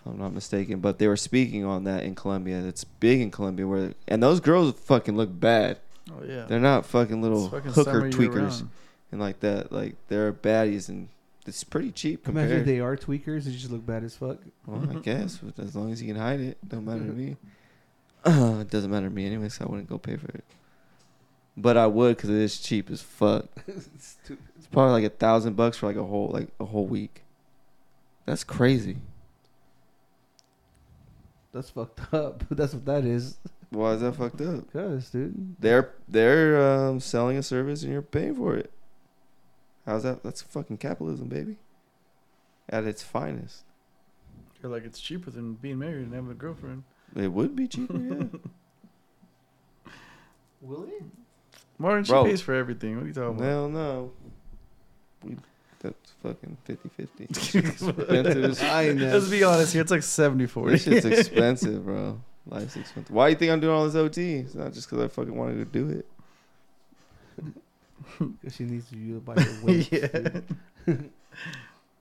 if I'm not mistaken. But they were speaking on that in Colombia. It's big in Colombia, where and those girls fucking look bad.
Oh yeah.
They're not fucking little
It's fucking
hooker
summer
tweakers
year-round.
and like that. Like they're baddies, and it's pretty cheap compared.
Imagine if they are tweakers. They just look bad as fuck.
Well, I guess but as long as you can hide it, don't matter to me. Uh, it doesn't matter to me <clears throat> anyway, so I wouldn't go pay for it. But I would because it is cheap as fuck.
Stupid.
It's probably like a thousand bucks for like a whole like a whole week. That's crazy.
That's fucked <laughs> up. That's what that is.
Why is that fucked up?
Cause, dude.
They're they're um, selling a service and you're paying for it. How's that? That's fucking capitalism, baby. At its finest,
You're like it's cheaper than being married and having a girlfriend.
it would be cheaper. Yeah.
Will it?
Martin, she
Bro.
pays for everything. What are you talking about?
Hell no. We, that's fucking 50
<laughs>
50. expensive as
I
<laughs>
know.
Let's be honest here. It's like 70 <laughs>
This <laughs>
40.
shit's expensive, bro. Life's expensive. Why you think I'm doing all this OT? It's not just because I fucking wanted to do it.
Cause she needs you to buy her weight.
Yeah.
dude.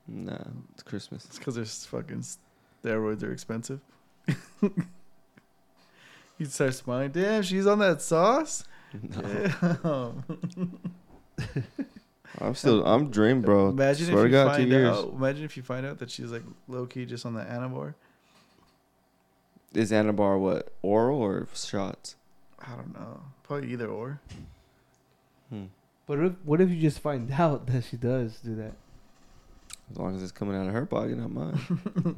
Nah,
<laughs>
it's Christmas.
It's because there's fucking steroids are expensive. <laughs> he starts smiling. Damn, she's on that sauce.
<laughs> No.
Damn.
I'm still, I'm dream, bro.
Imagine
Swear
if
to
you
God, two
find
years.
out. Imagine if you find out that she's like low key just on the anabor.
Is Anabar what? Oral or shots?
I don't know. Probably either or.
Hmm.
But if, what if you just find <laughs> out that she does do that?
<laughs>
As long as it's coming out of her pocket, not mine.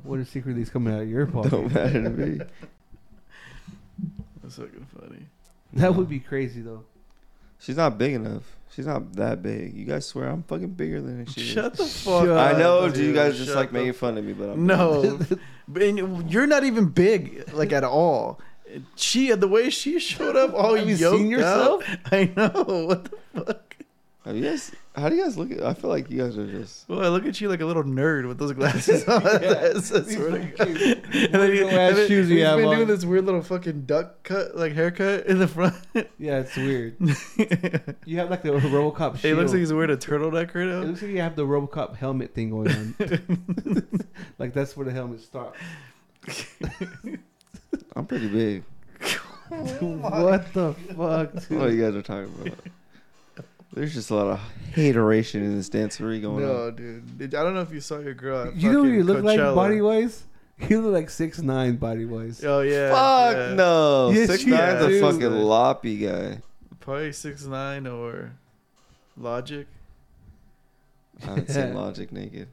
What if secretly it's coming out of your pocket?
Don't matter to me.
That's fucking funny.
That would be crazy though.
<laughs>
She's not big enough. She's not that big. You guys swear I'm fucking bigger than she is.
Shut the fuck.
Shut
up,
I know,
dude.
dude. You guys just
Uh, Shut
like
the
making fun of me, but I'm
No, But- and you're not even big, like at all. She, the way she showed up,
<laughs>
all
Have you
yoked
seen yourself?
up. <laughs> I know. What the fuck?
Have you guys? How do you guys look? At, I feel like you guys are just.
Well, I look at you like a little nerd with those glasses
<laughs>
on. <laughs> That's- I swear to God.
These
And then he-
weirdo ass
and then
shoes you
he's
have
been
on.
doing this weird little fucking duck cut, like haircut in the front.
<laughs>
<laughs>
Yeah, it's weird.
it
You have
<laughs>
like the RoboCop shield.
looks like he's wearing a turtleneck
It
right now.
looks like you have the RoboCop helmet thing going
<laughs>
on. <laughs> like that's where the helmet <laughs> stops.
I'm pretty big.
what the fuck?
I
Oh,
don't know what you guys are talking
<laughs>
about. There's just a lot of hateration in this dancery going
No, dude. Did- I don't know if you saw your girl. At
You know what
fucking
you look like
Coachella.
body wise? You look like six nine body wise.
Oh yeah.
on. Fuck
yeah.
no!
Yes,
Six
you
nine's
do.
a fucking loppy guy.
Probably six nine or Logic. <laughs>
I haven't seen Logic naked.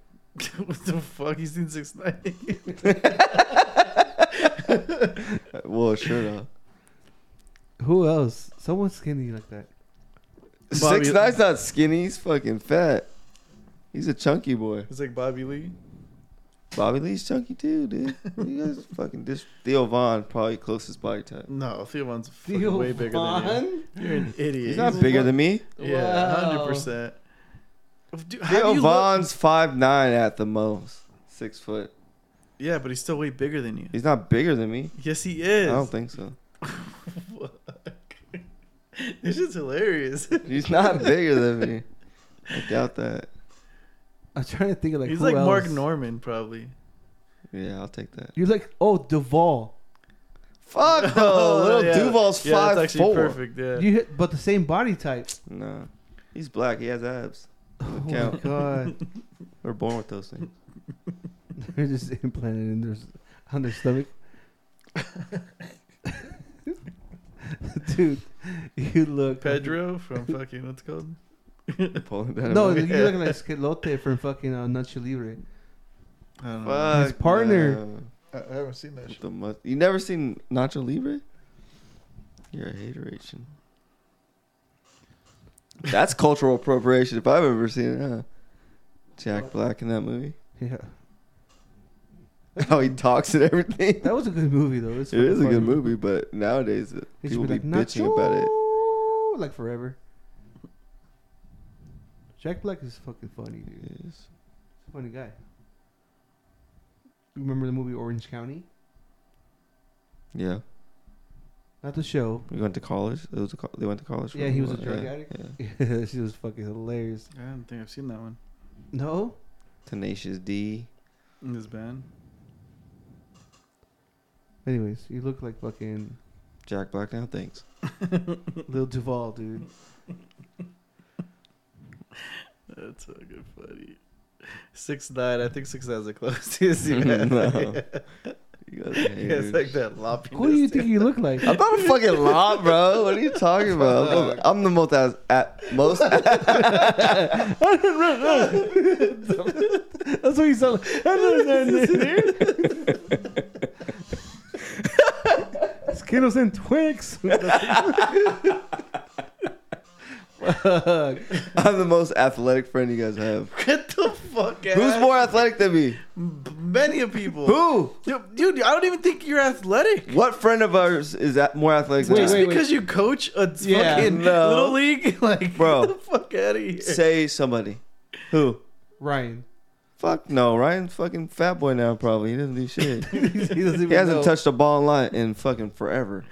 what the fuck? He's seen six
<laughs>
nine. <laughs>
Uh, Well, sure though.
Who else? Someone skinny like that.
Bobby-
Six nine's not skinny. He's fucking fat. He's a chunky boy.
It's like Bobby Lee.
Bobby Lee's chunky too, dude. You
<laughs>
guys fucking dis. Theo Vaughn probably closest body type.
No, Theo Von's fucking
Theo
way bigger than
Von?
you. You're an idiot.
He's not bigger than me.
Yeah, hundred
Wow.
percent.
Theo Vaughn's five nine at the most, six foot.
yeah, but he's still way bigger than you.
He's not bigger than me.
Yes, he
I
is.
don't think so.
<laughs> Fuck. <laughs> this shit's hilarious. <laughs>
He's not bigger than me. I doubt that.
I'm trying to think of like
he's
who
like
else.
Mark Norman, probably.
Yeah, I'll take that.
You're like oh Duvall.
<laughs>
Fuck no, little
yeah.
Duval's
Yeah, that's
five
actually
four.
perfect. Yeah.
You hit, but the same body type.
No, he's black. He has abs.
<laughs> Oh my
count.
god, <laughs>
We're born with
<laughs>
those things.
they're just implanted in their s- on their stomach. <laughs> Dude, you look
Pedro from fucking what's it called?
Pulling down
No,
a-
you look <laughs> like Skelote from fucking uh, Nacho Libre.
I don't know.
Fuck
his partner.
no.
I I haven't seen that
With
shit.
the mu- you never seen Nacho Libre? You're a hateration. That's cultural appropriation if I've ever seen it. Huh? Jack Black in that movie.
Yeah,
<laughs> How he talks and everything.
that was a good movie though. It's
It is a
fucking
good
funny.
movie, but nowadays uh,
They should
people be,
like,
bitching about it.
"Nacho!" like forever. Jack Black is fucking funny, dude.
Yes.
Funny guy. remember the movie Orange County?
Yeah,
Not the show.
we went to college. It was a co- they went to college.
Yeah,
for
he
a
was a
while.
drug
Yeah,
addict. <laughs>
yeah.
she was fucking hilarious.
I don't think I've seen that one.
No,
Tenacious D.
In this band.
anyways, you look like fucking
Jack Black now.
<laughs>
Thanks.
Lil Duval,
<laughs>
dude.
That's so good, funny. Six nine. I think six nine's the <laughs>
<laughs>
closest. You
No.
have.
You guys
You guys like that loppiness.
Who do you think you look like?
I'm not a fucking lot, bro. What are you
<laughs>
talking about? I'm the- I'm the most as- at most. <laughs>
<laughs> That's what you sound
<laughs>
like. <laughs> Skittles and Twix. Fuck.
I'm the most athletic friend you guys have.
<laughs> Get the fuck out.
Who's more athletic than me?
B- Many of people.
<laughs> Who?
Yo, Dude, I don't even think you're athletic.
What friend of ours is at more athletic than
Wait,
Just
me?
wait,
because you coach a
Yeah,
fucking
no.
little league, <laughs> like,
Bro.
get the fuck out of here. <laughs>
Say somebody. Who? <laughs>
Ryan.
Fuck no. Ryan's fucking fat boy now. Probably he doesn't do <laughs> shit.
he doesn't even
He hasn't
know. <laughs>
touched a ball in line in fucking forever.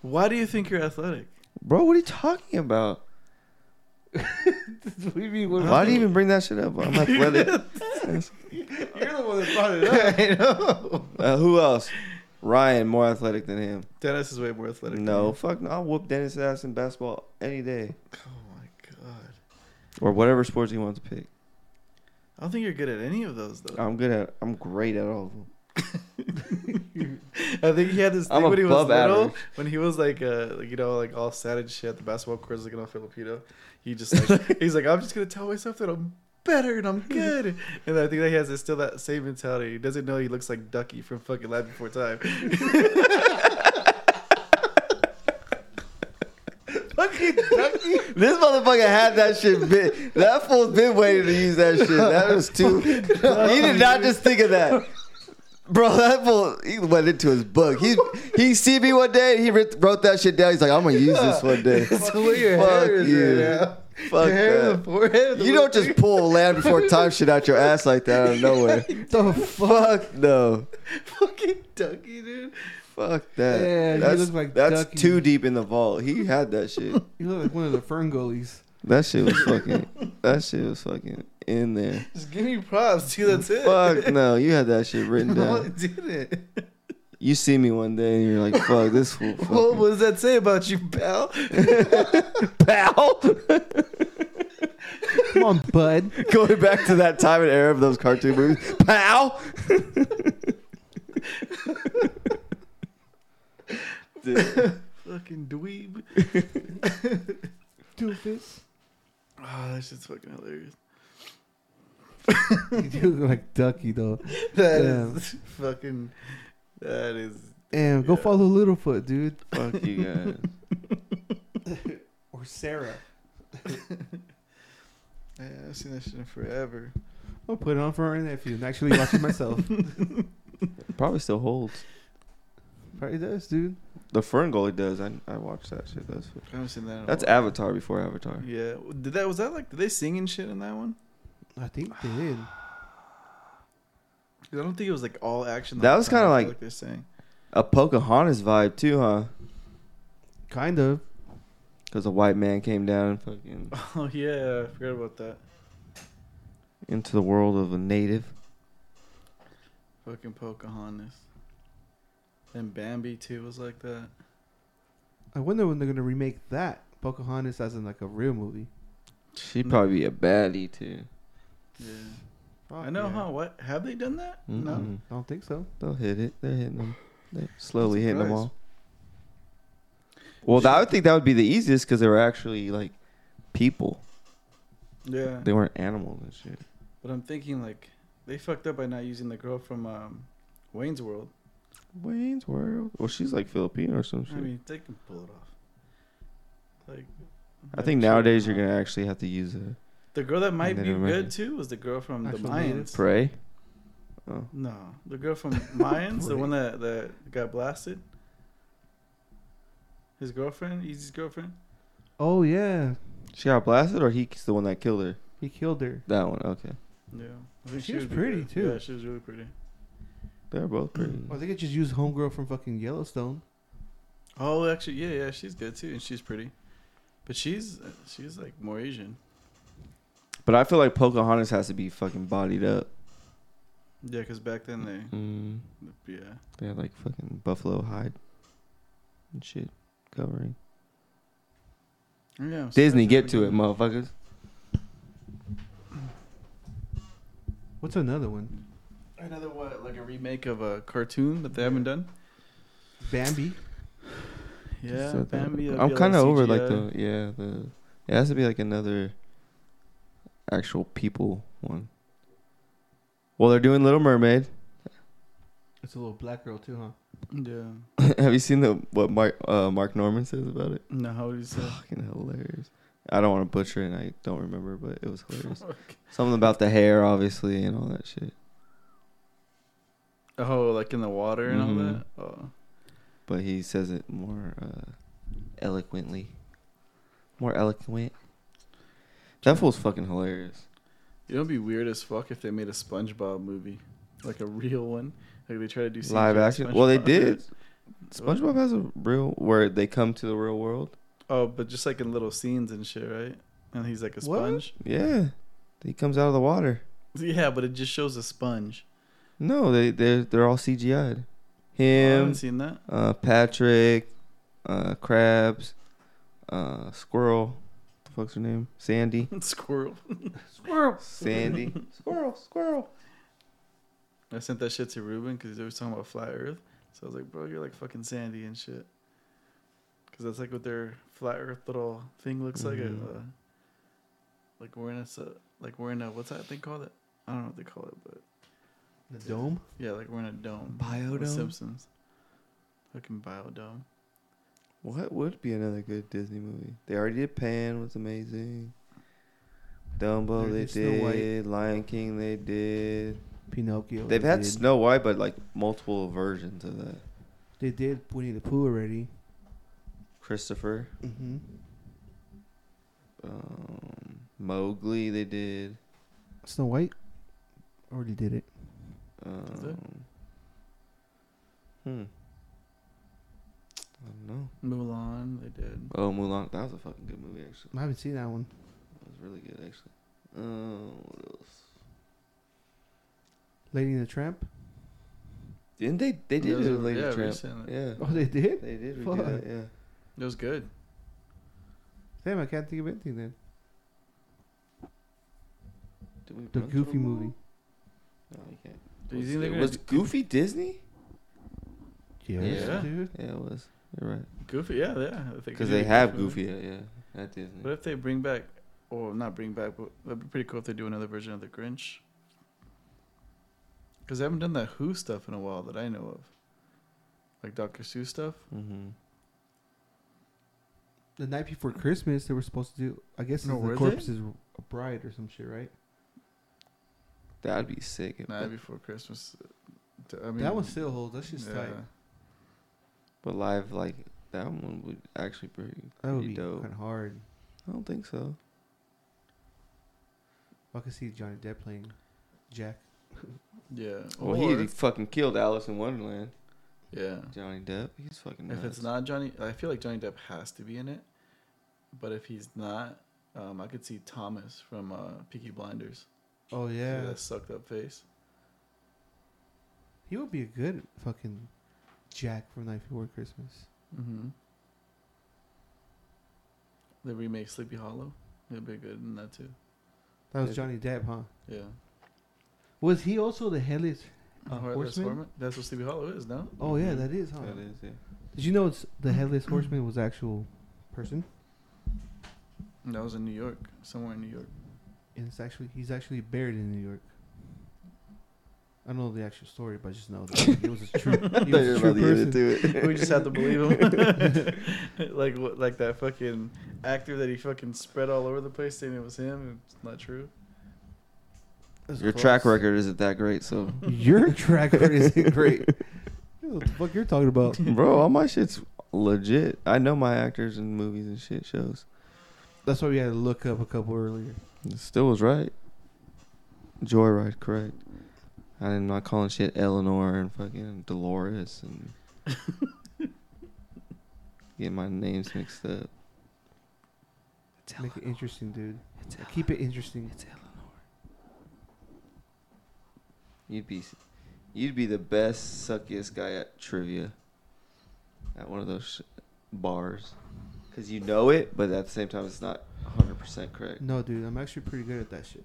Why do you think you're athletic?
Bro, what are you talking about?
What do you mean, what-
Why do you even bring that shit up? I'm
<laughs>
athletic. <laughs>
You're the one that brought <laughs> it up.
<laughs> I know.
Uh, who else? Ryan, more athletic than him.
Dennis is way more athletic. than
No,
you.
fuck no. I'll whoop Dennis' ass in basketball any day.
Oh my god.
Or whatever sports he wants to pick.
I don't think you're good at any of those though.
I'm good at I'm great at all of them.
<laughs> I think he had this thing
I'm
when he was
above
little,
average.
when he was like, uh, like, you know, like all sad and shit. The basketball courts looking all Filipino. He just like,
<laughs>
he's like, I'm just gonna tell myself that I'm better and I'm good. And I think that he has this, still that same mentality. He doesn't know he looks like Ducky from fucking Lab Before
<laughs>
Time. <laughs>
Fucking Ducky.
This motherfucker had that shit bit. That fool's been waiting to use that shit. That was too. <laughs> He did not just think
<laughs>
of that. Bro, that fool, he went into his book. He he see me one day, he writ- wrote that shit down. He's like, I'm gonna use this
<laughs>
one day.
so where your
Fuck
hair is
you.
right now.
Fuck
your hair in the
that.
forehead.
You don't just pull land before time shit out your ass like that out
<laughs>
of nowhere.
The fuck?
Fuck no.
fucking Ducky, dude.
Fuck that.
Yeah, you
that's
look like
that's
Ducky.
too deep in the vault. He had that shit.
You look like one of the fern gullies.
That shit was fucking. that shit was fucking in there.
<laughs> Just give me props, dude. That's it.
Fuck no, you had that shit
<laughs>
<laughs>
written
No, I
down.
didn't.
You see me one day and you're like, fuck this <laughs> fool.
What
fucking-
does that say about you,
<laughs>
pal?
Pal,
Come on, bud.
<laughs> going back to that time and era of those cartoon movies. Pal.
fucking dweeb.
Doofus.
Oh, that shit's fucking hilarious.
You do look like Ducky, though.
<laughs> That
Yeah.
is fucking. That is.
Damn, go
Yeah.
follow Littlefoot, dude.
Fuck you guys.
Or Sarah.
Yeah, I've seen that shit in forever.
I'll put it on for our nephew and actually watch it
<laughs>
myself.
Probably still holds.
Probably does, dude.
The Fern Gully does. I I watched that shit. That's
I haven't seen that. In a
that's
while.
Avatar before Avatar.
Yeah. Did that? Was that like? Did they sing and shit in that one?
I think they did.
'Cause I don't think it was like all action. the
That
whole
was
time,
kinda
I feel
like-
they're saying. <laughs>
A Pocahontas vibe too, huh?
Kind of.
Because a white man came down and <laughs> fucking
Oh yeah, I forgot about that.
into the world of a native.
Fucking Pocahontas. And Bambi too was like that.
I wonder when they're gonna remake that Pocahontas as in like a real movie.
She'd probably be a baddie too.
Yeah.
Fuck
I know,
yeah.
huh? What have they done that? No.
Mm-mm.
I don't think so.
They'll hit it. They're hitting them. They're slowly hitting them
surprised.
all. Well, that, I would think that would be the easiest because they were actually like people.
Yeah.
They weren't animals and shit.
But I'm thinking like they fucked up by not using the girl from um, Wayne's World.
Wayne's World. Well, she's like Filipino or some Oh, shit.
I mean, they can pull it off. Like,
I think nowadays you're gonna actually have to use a
The girl that might be
Native American.
good too was the girl from the
Actual
Mayans.
natives.
prey. Oh,
No, the girl from Mayans,
<laughs>
the one that that got blasted. His girlfriend, Easy's girlfriend.
Oh yeah,
she got blasted, or he's the one that killed her.
he killed her.
That one. Okay.
Yeah, I think
She was
would be
pretty,
good.
too.
Yeah, she was really pretty. <clears throat>
They're both pretty.
Or they could just use Homegirl from fucking Yellowstone.
Oh, actually, yeah, yeah, she's good too, and she's pretty, but she's she's like more Asian.
But I feel like Pocahontas has to be fucking bodied up.
Yeah, because back then they,
Mm,
yeah,
they had like fucking buffalo hide and shit covering.
yeah. so
Disney,
that's
get to
pretty
it,
good.
motherfuckers.
What's another one?
Another what, like a remake of a cartoon that they haven't done.
Bambi.
Yeah,
So the-
Bambi. it'll
I'm
be
kind of over like
CGI.
the yeah the it has to be like another actual people one. Well, they're doing Little Mermaid. <laughs>
It's a little black girl too, huh?
Yeah.
Have you seen the what Mark uh, Mark Norman says about it?
No, how do you say?
<sighs> Fucking hilarious. I don't want to butcher it. and I don't remember, but it was hilarious. Something about the hair, obviously, and all that shit.
Oh, like in the water and all
Mhm.
that. Oh.
But he says it more uh, eloquently, more eloquent. That fool's fucking hilarious.
It would be weird as fuck if they made a SpongeBob movie, like a real one. Like they try to do
Live
CGI
action. Well, they
SpongeBob.
did. SpongeBob has a real where they come to the real world.
Oh, but just like in little scenes and shit, right? And he's like a
What?
sponge.
Yeah, he comes out of the water.
Yeah, but it just shows a sponge.
No, they they they're all CGI'd.
Oh, I
Him,
haven't seen that. <laughs>
uh, Patrick, uh, Krabs, uh, Squirrel. What the fuck's her name? Sandy.
Squirrel. <laughs>
Squirrel.
Sandy. squirrel. Squirrel.
I sent that shit to Ruben because they were talking about flat Earth. So I was like, bro, you're like fucking Sandy and shit. Because that's like what their flat Earth little thing looks like.
Mhm.
Uh, like we're in a s- like we're in a what's that thing called? It I don't know what they call it, but
<laughs> The dome.
yeah, like we're in a dome.
Biodome?
The Simpsons. Fucking biodome.
What would be another good Disney movie? They already did Pan, was amazing. Dumbo,
They
they,
did Snow White.
did. Lion King, they did.
Pinocchio.
They've
they
had
did.
Snow White, but like multiple versions of that.
They did Winnie the Pooh already.
Christopher,
Mm-hmm.
um, Mowgli, they did.
Snow White already did it.
Is it?
Um, hmm. I don't know.
Mulan, they did.
Oh, Mulan. That was a fucking good movie, actually.
I haven't seen that one.
That was really good, actually. Um, what else?
Lady and the Tramp.
Didn't they? They
Yeah,
did do Lady
yeah,
Tramp.
recently.
Yeah.
Oh, they did.
They did
Fuck.
redo that, yeah.
It was good.
Damn, I can't think of anything then.
Did we
The
run
Goofy
through them
movie.
all? No, you can't.
Do you
was
think they're gonna
was
do-
Goofy Disney?
Yes,
Yeah.
dude.
Yeah, it was. You're right.
Goofy? Yeah, yeah.
Because they have Goofy, yeah, yeah, at Disney.
What if they bring back, or not bring back, but that'd be pretty cool if they do another version of the Grinch. Because they haven't done that Who stuff in a while that I know of, like Dr. Seuss stuff.
Mm-hmm.
The night before Christmas, they were supposed to do. I guess
No,
it's
were
the
they?
corpse's a bride or some shit, right?
That'd be sick. If
Night
but,
before Christmas. D- I mean,
that one still holds. That shit's tight.
but live like that one would actually be pretty
That would be
dope.
kind of hard.
I don't think so.
I could see Johnny Depp playing Jack.
Yeah.
Well,
or-
he fucking killed Alice in Wonderland.
yeah.
Johnny Depp, he's fucking. Nuts.
If it's not Johnny, I feel like Johnny Depp has to be in it. But if he's not, um, I could see Thomas from uh, Peaky Blinders.
Oh
See
yeah,
That sucked up face.
he would be a good fucking Jack from Night Before Christmas.
Mm-hmm. They remake Sleepy Hollow. It'd be good in that too.
That was
Yeah.
Johnny Depp, huh?
Yeah.
Was he also the headless uh,
Hor- that's
horseman?
Horman- That's what Sleepy Hollow is, no?
Oh yeah,
Mhm.
that is, huh?
that is, yeah.
Did you know it's the headless horseman was actual person?
That was in New York, somewhere in New York.
And it's actually he's actually buried in New York. I don't know the actual story, but I just know that it
<laughs>
was a true, <laughs> he was a true
<laughs>
person.
we just have to believe <laughs> him. like what, like that fucking actor that he fucking spread all over the place saying it was him. and It's not true.
<laughs> That's
Your
close.
track <laughs> record isn't that great, so.
Your <laughs> track record isn't
<laughs>
great. what the fuck you're talking about?
Bro, all my shit's legit. I know my actors in movies and shit shows.
That's why we had to look up a couple earlier.
It still was right. Joyride, correct. I'm not calling shit Eleanor and fucking Dolores and
<laughs>
get my names mixed up.
Make it interesting, dude. Keep it interesting.
It's Eleanor. You'd be, you'd be the best suckiest guy at trivia. At one of those sh- bars, because you know it, but at the same time, it's not 100 percent correct.
No, dude, I'm actually pretty good at that shit.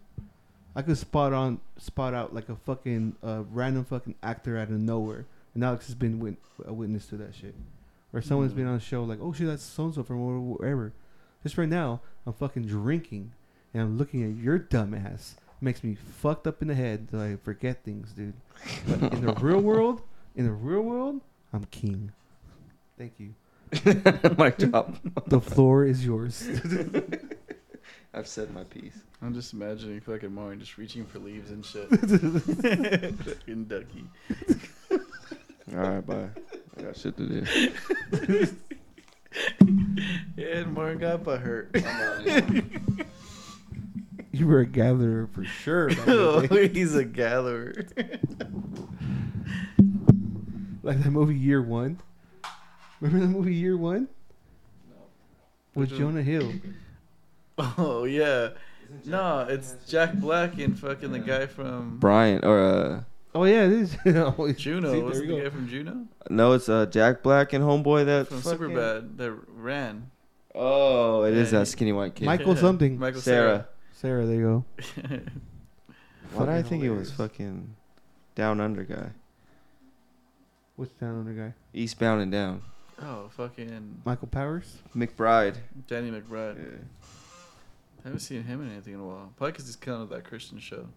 I could spot on, spot out like a fucking uh, random fucking actor out of nowhere, and Alex has been wit- a witness to that shit. Or someone's been on a show like, oh shit, that's so and so from where- wherever. Just right now, I'm fucking drinking, and I'm looking at your dumbass. Makes me fucked up in the head that I forget things, dude. But <laughs> in the
<laughs>
real world, in the real world, I'm king. Thank you.
<laughs> Mic drop.
The floor is yours.
<laughs>
<laughs>
I've said my piece.
I'm just imagining fucking Mario just reaching for leaves and shit. <laughs> fucking ducky.
<laughs> All right, bye. I got shit to do.
<laughs> And Mario got butt hurt.
<laughs> you were a gatherer
<laughs>
for sure. back in the day.
Oh, He's a gatherer.
<laughs>
<laughs>
Like that movie Year One. Remember that movie Year One? No. With
Which one?
Jonah Hill.
Oh yeah. No, it's Jack Black and fucking the guy from
Brian or uh,
Oh yeah, it is. <laughs> Oh, it's- see,
Juno.
there
Was
we
the
go.
guy from Juno?
no, it's uh Jack Black and Homeboy that.
From
fucking-
Superbad that ran.
Oh, it is
Yeah,
that
he-
skinny white kid.
Mike- Michael something.
Michael
Sarah.
Sarah.
Sarah, there you go.
Why did I
Fucking
think
hilarious.
it was fucking Down Under guy?
What's that other guy?
Eastbound and Down.
<laughs> oh fucking
Michael Powers.
McBride.
Danny McBride.
Yeah.
I haven't seen him in anything in a while. Probably because he's kind of that Christian show.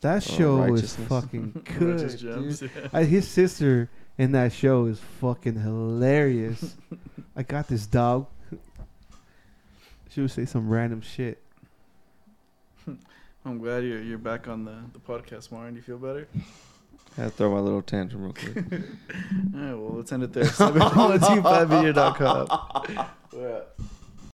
That show was
Righteousness.
<laughs>
fucking
Righteous
good.
Gems,
dude.
yeah.
I, his sister in that show is
<laughs>
fucking hilarious. I got this dog. <laughs> She would say some random shit.
I'm glad you're you're back on the, the podcast, Mario. Do you feel
<laughs>
better?
I had to throw my little tantrum real quick.
<laughs>
<laughs>
All right, well, let's end it there. 712 We're out.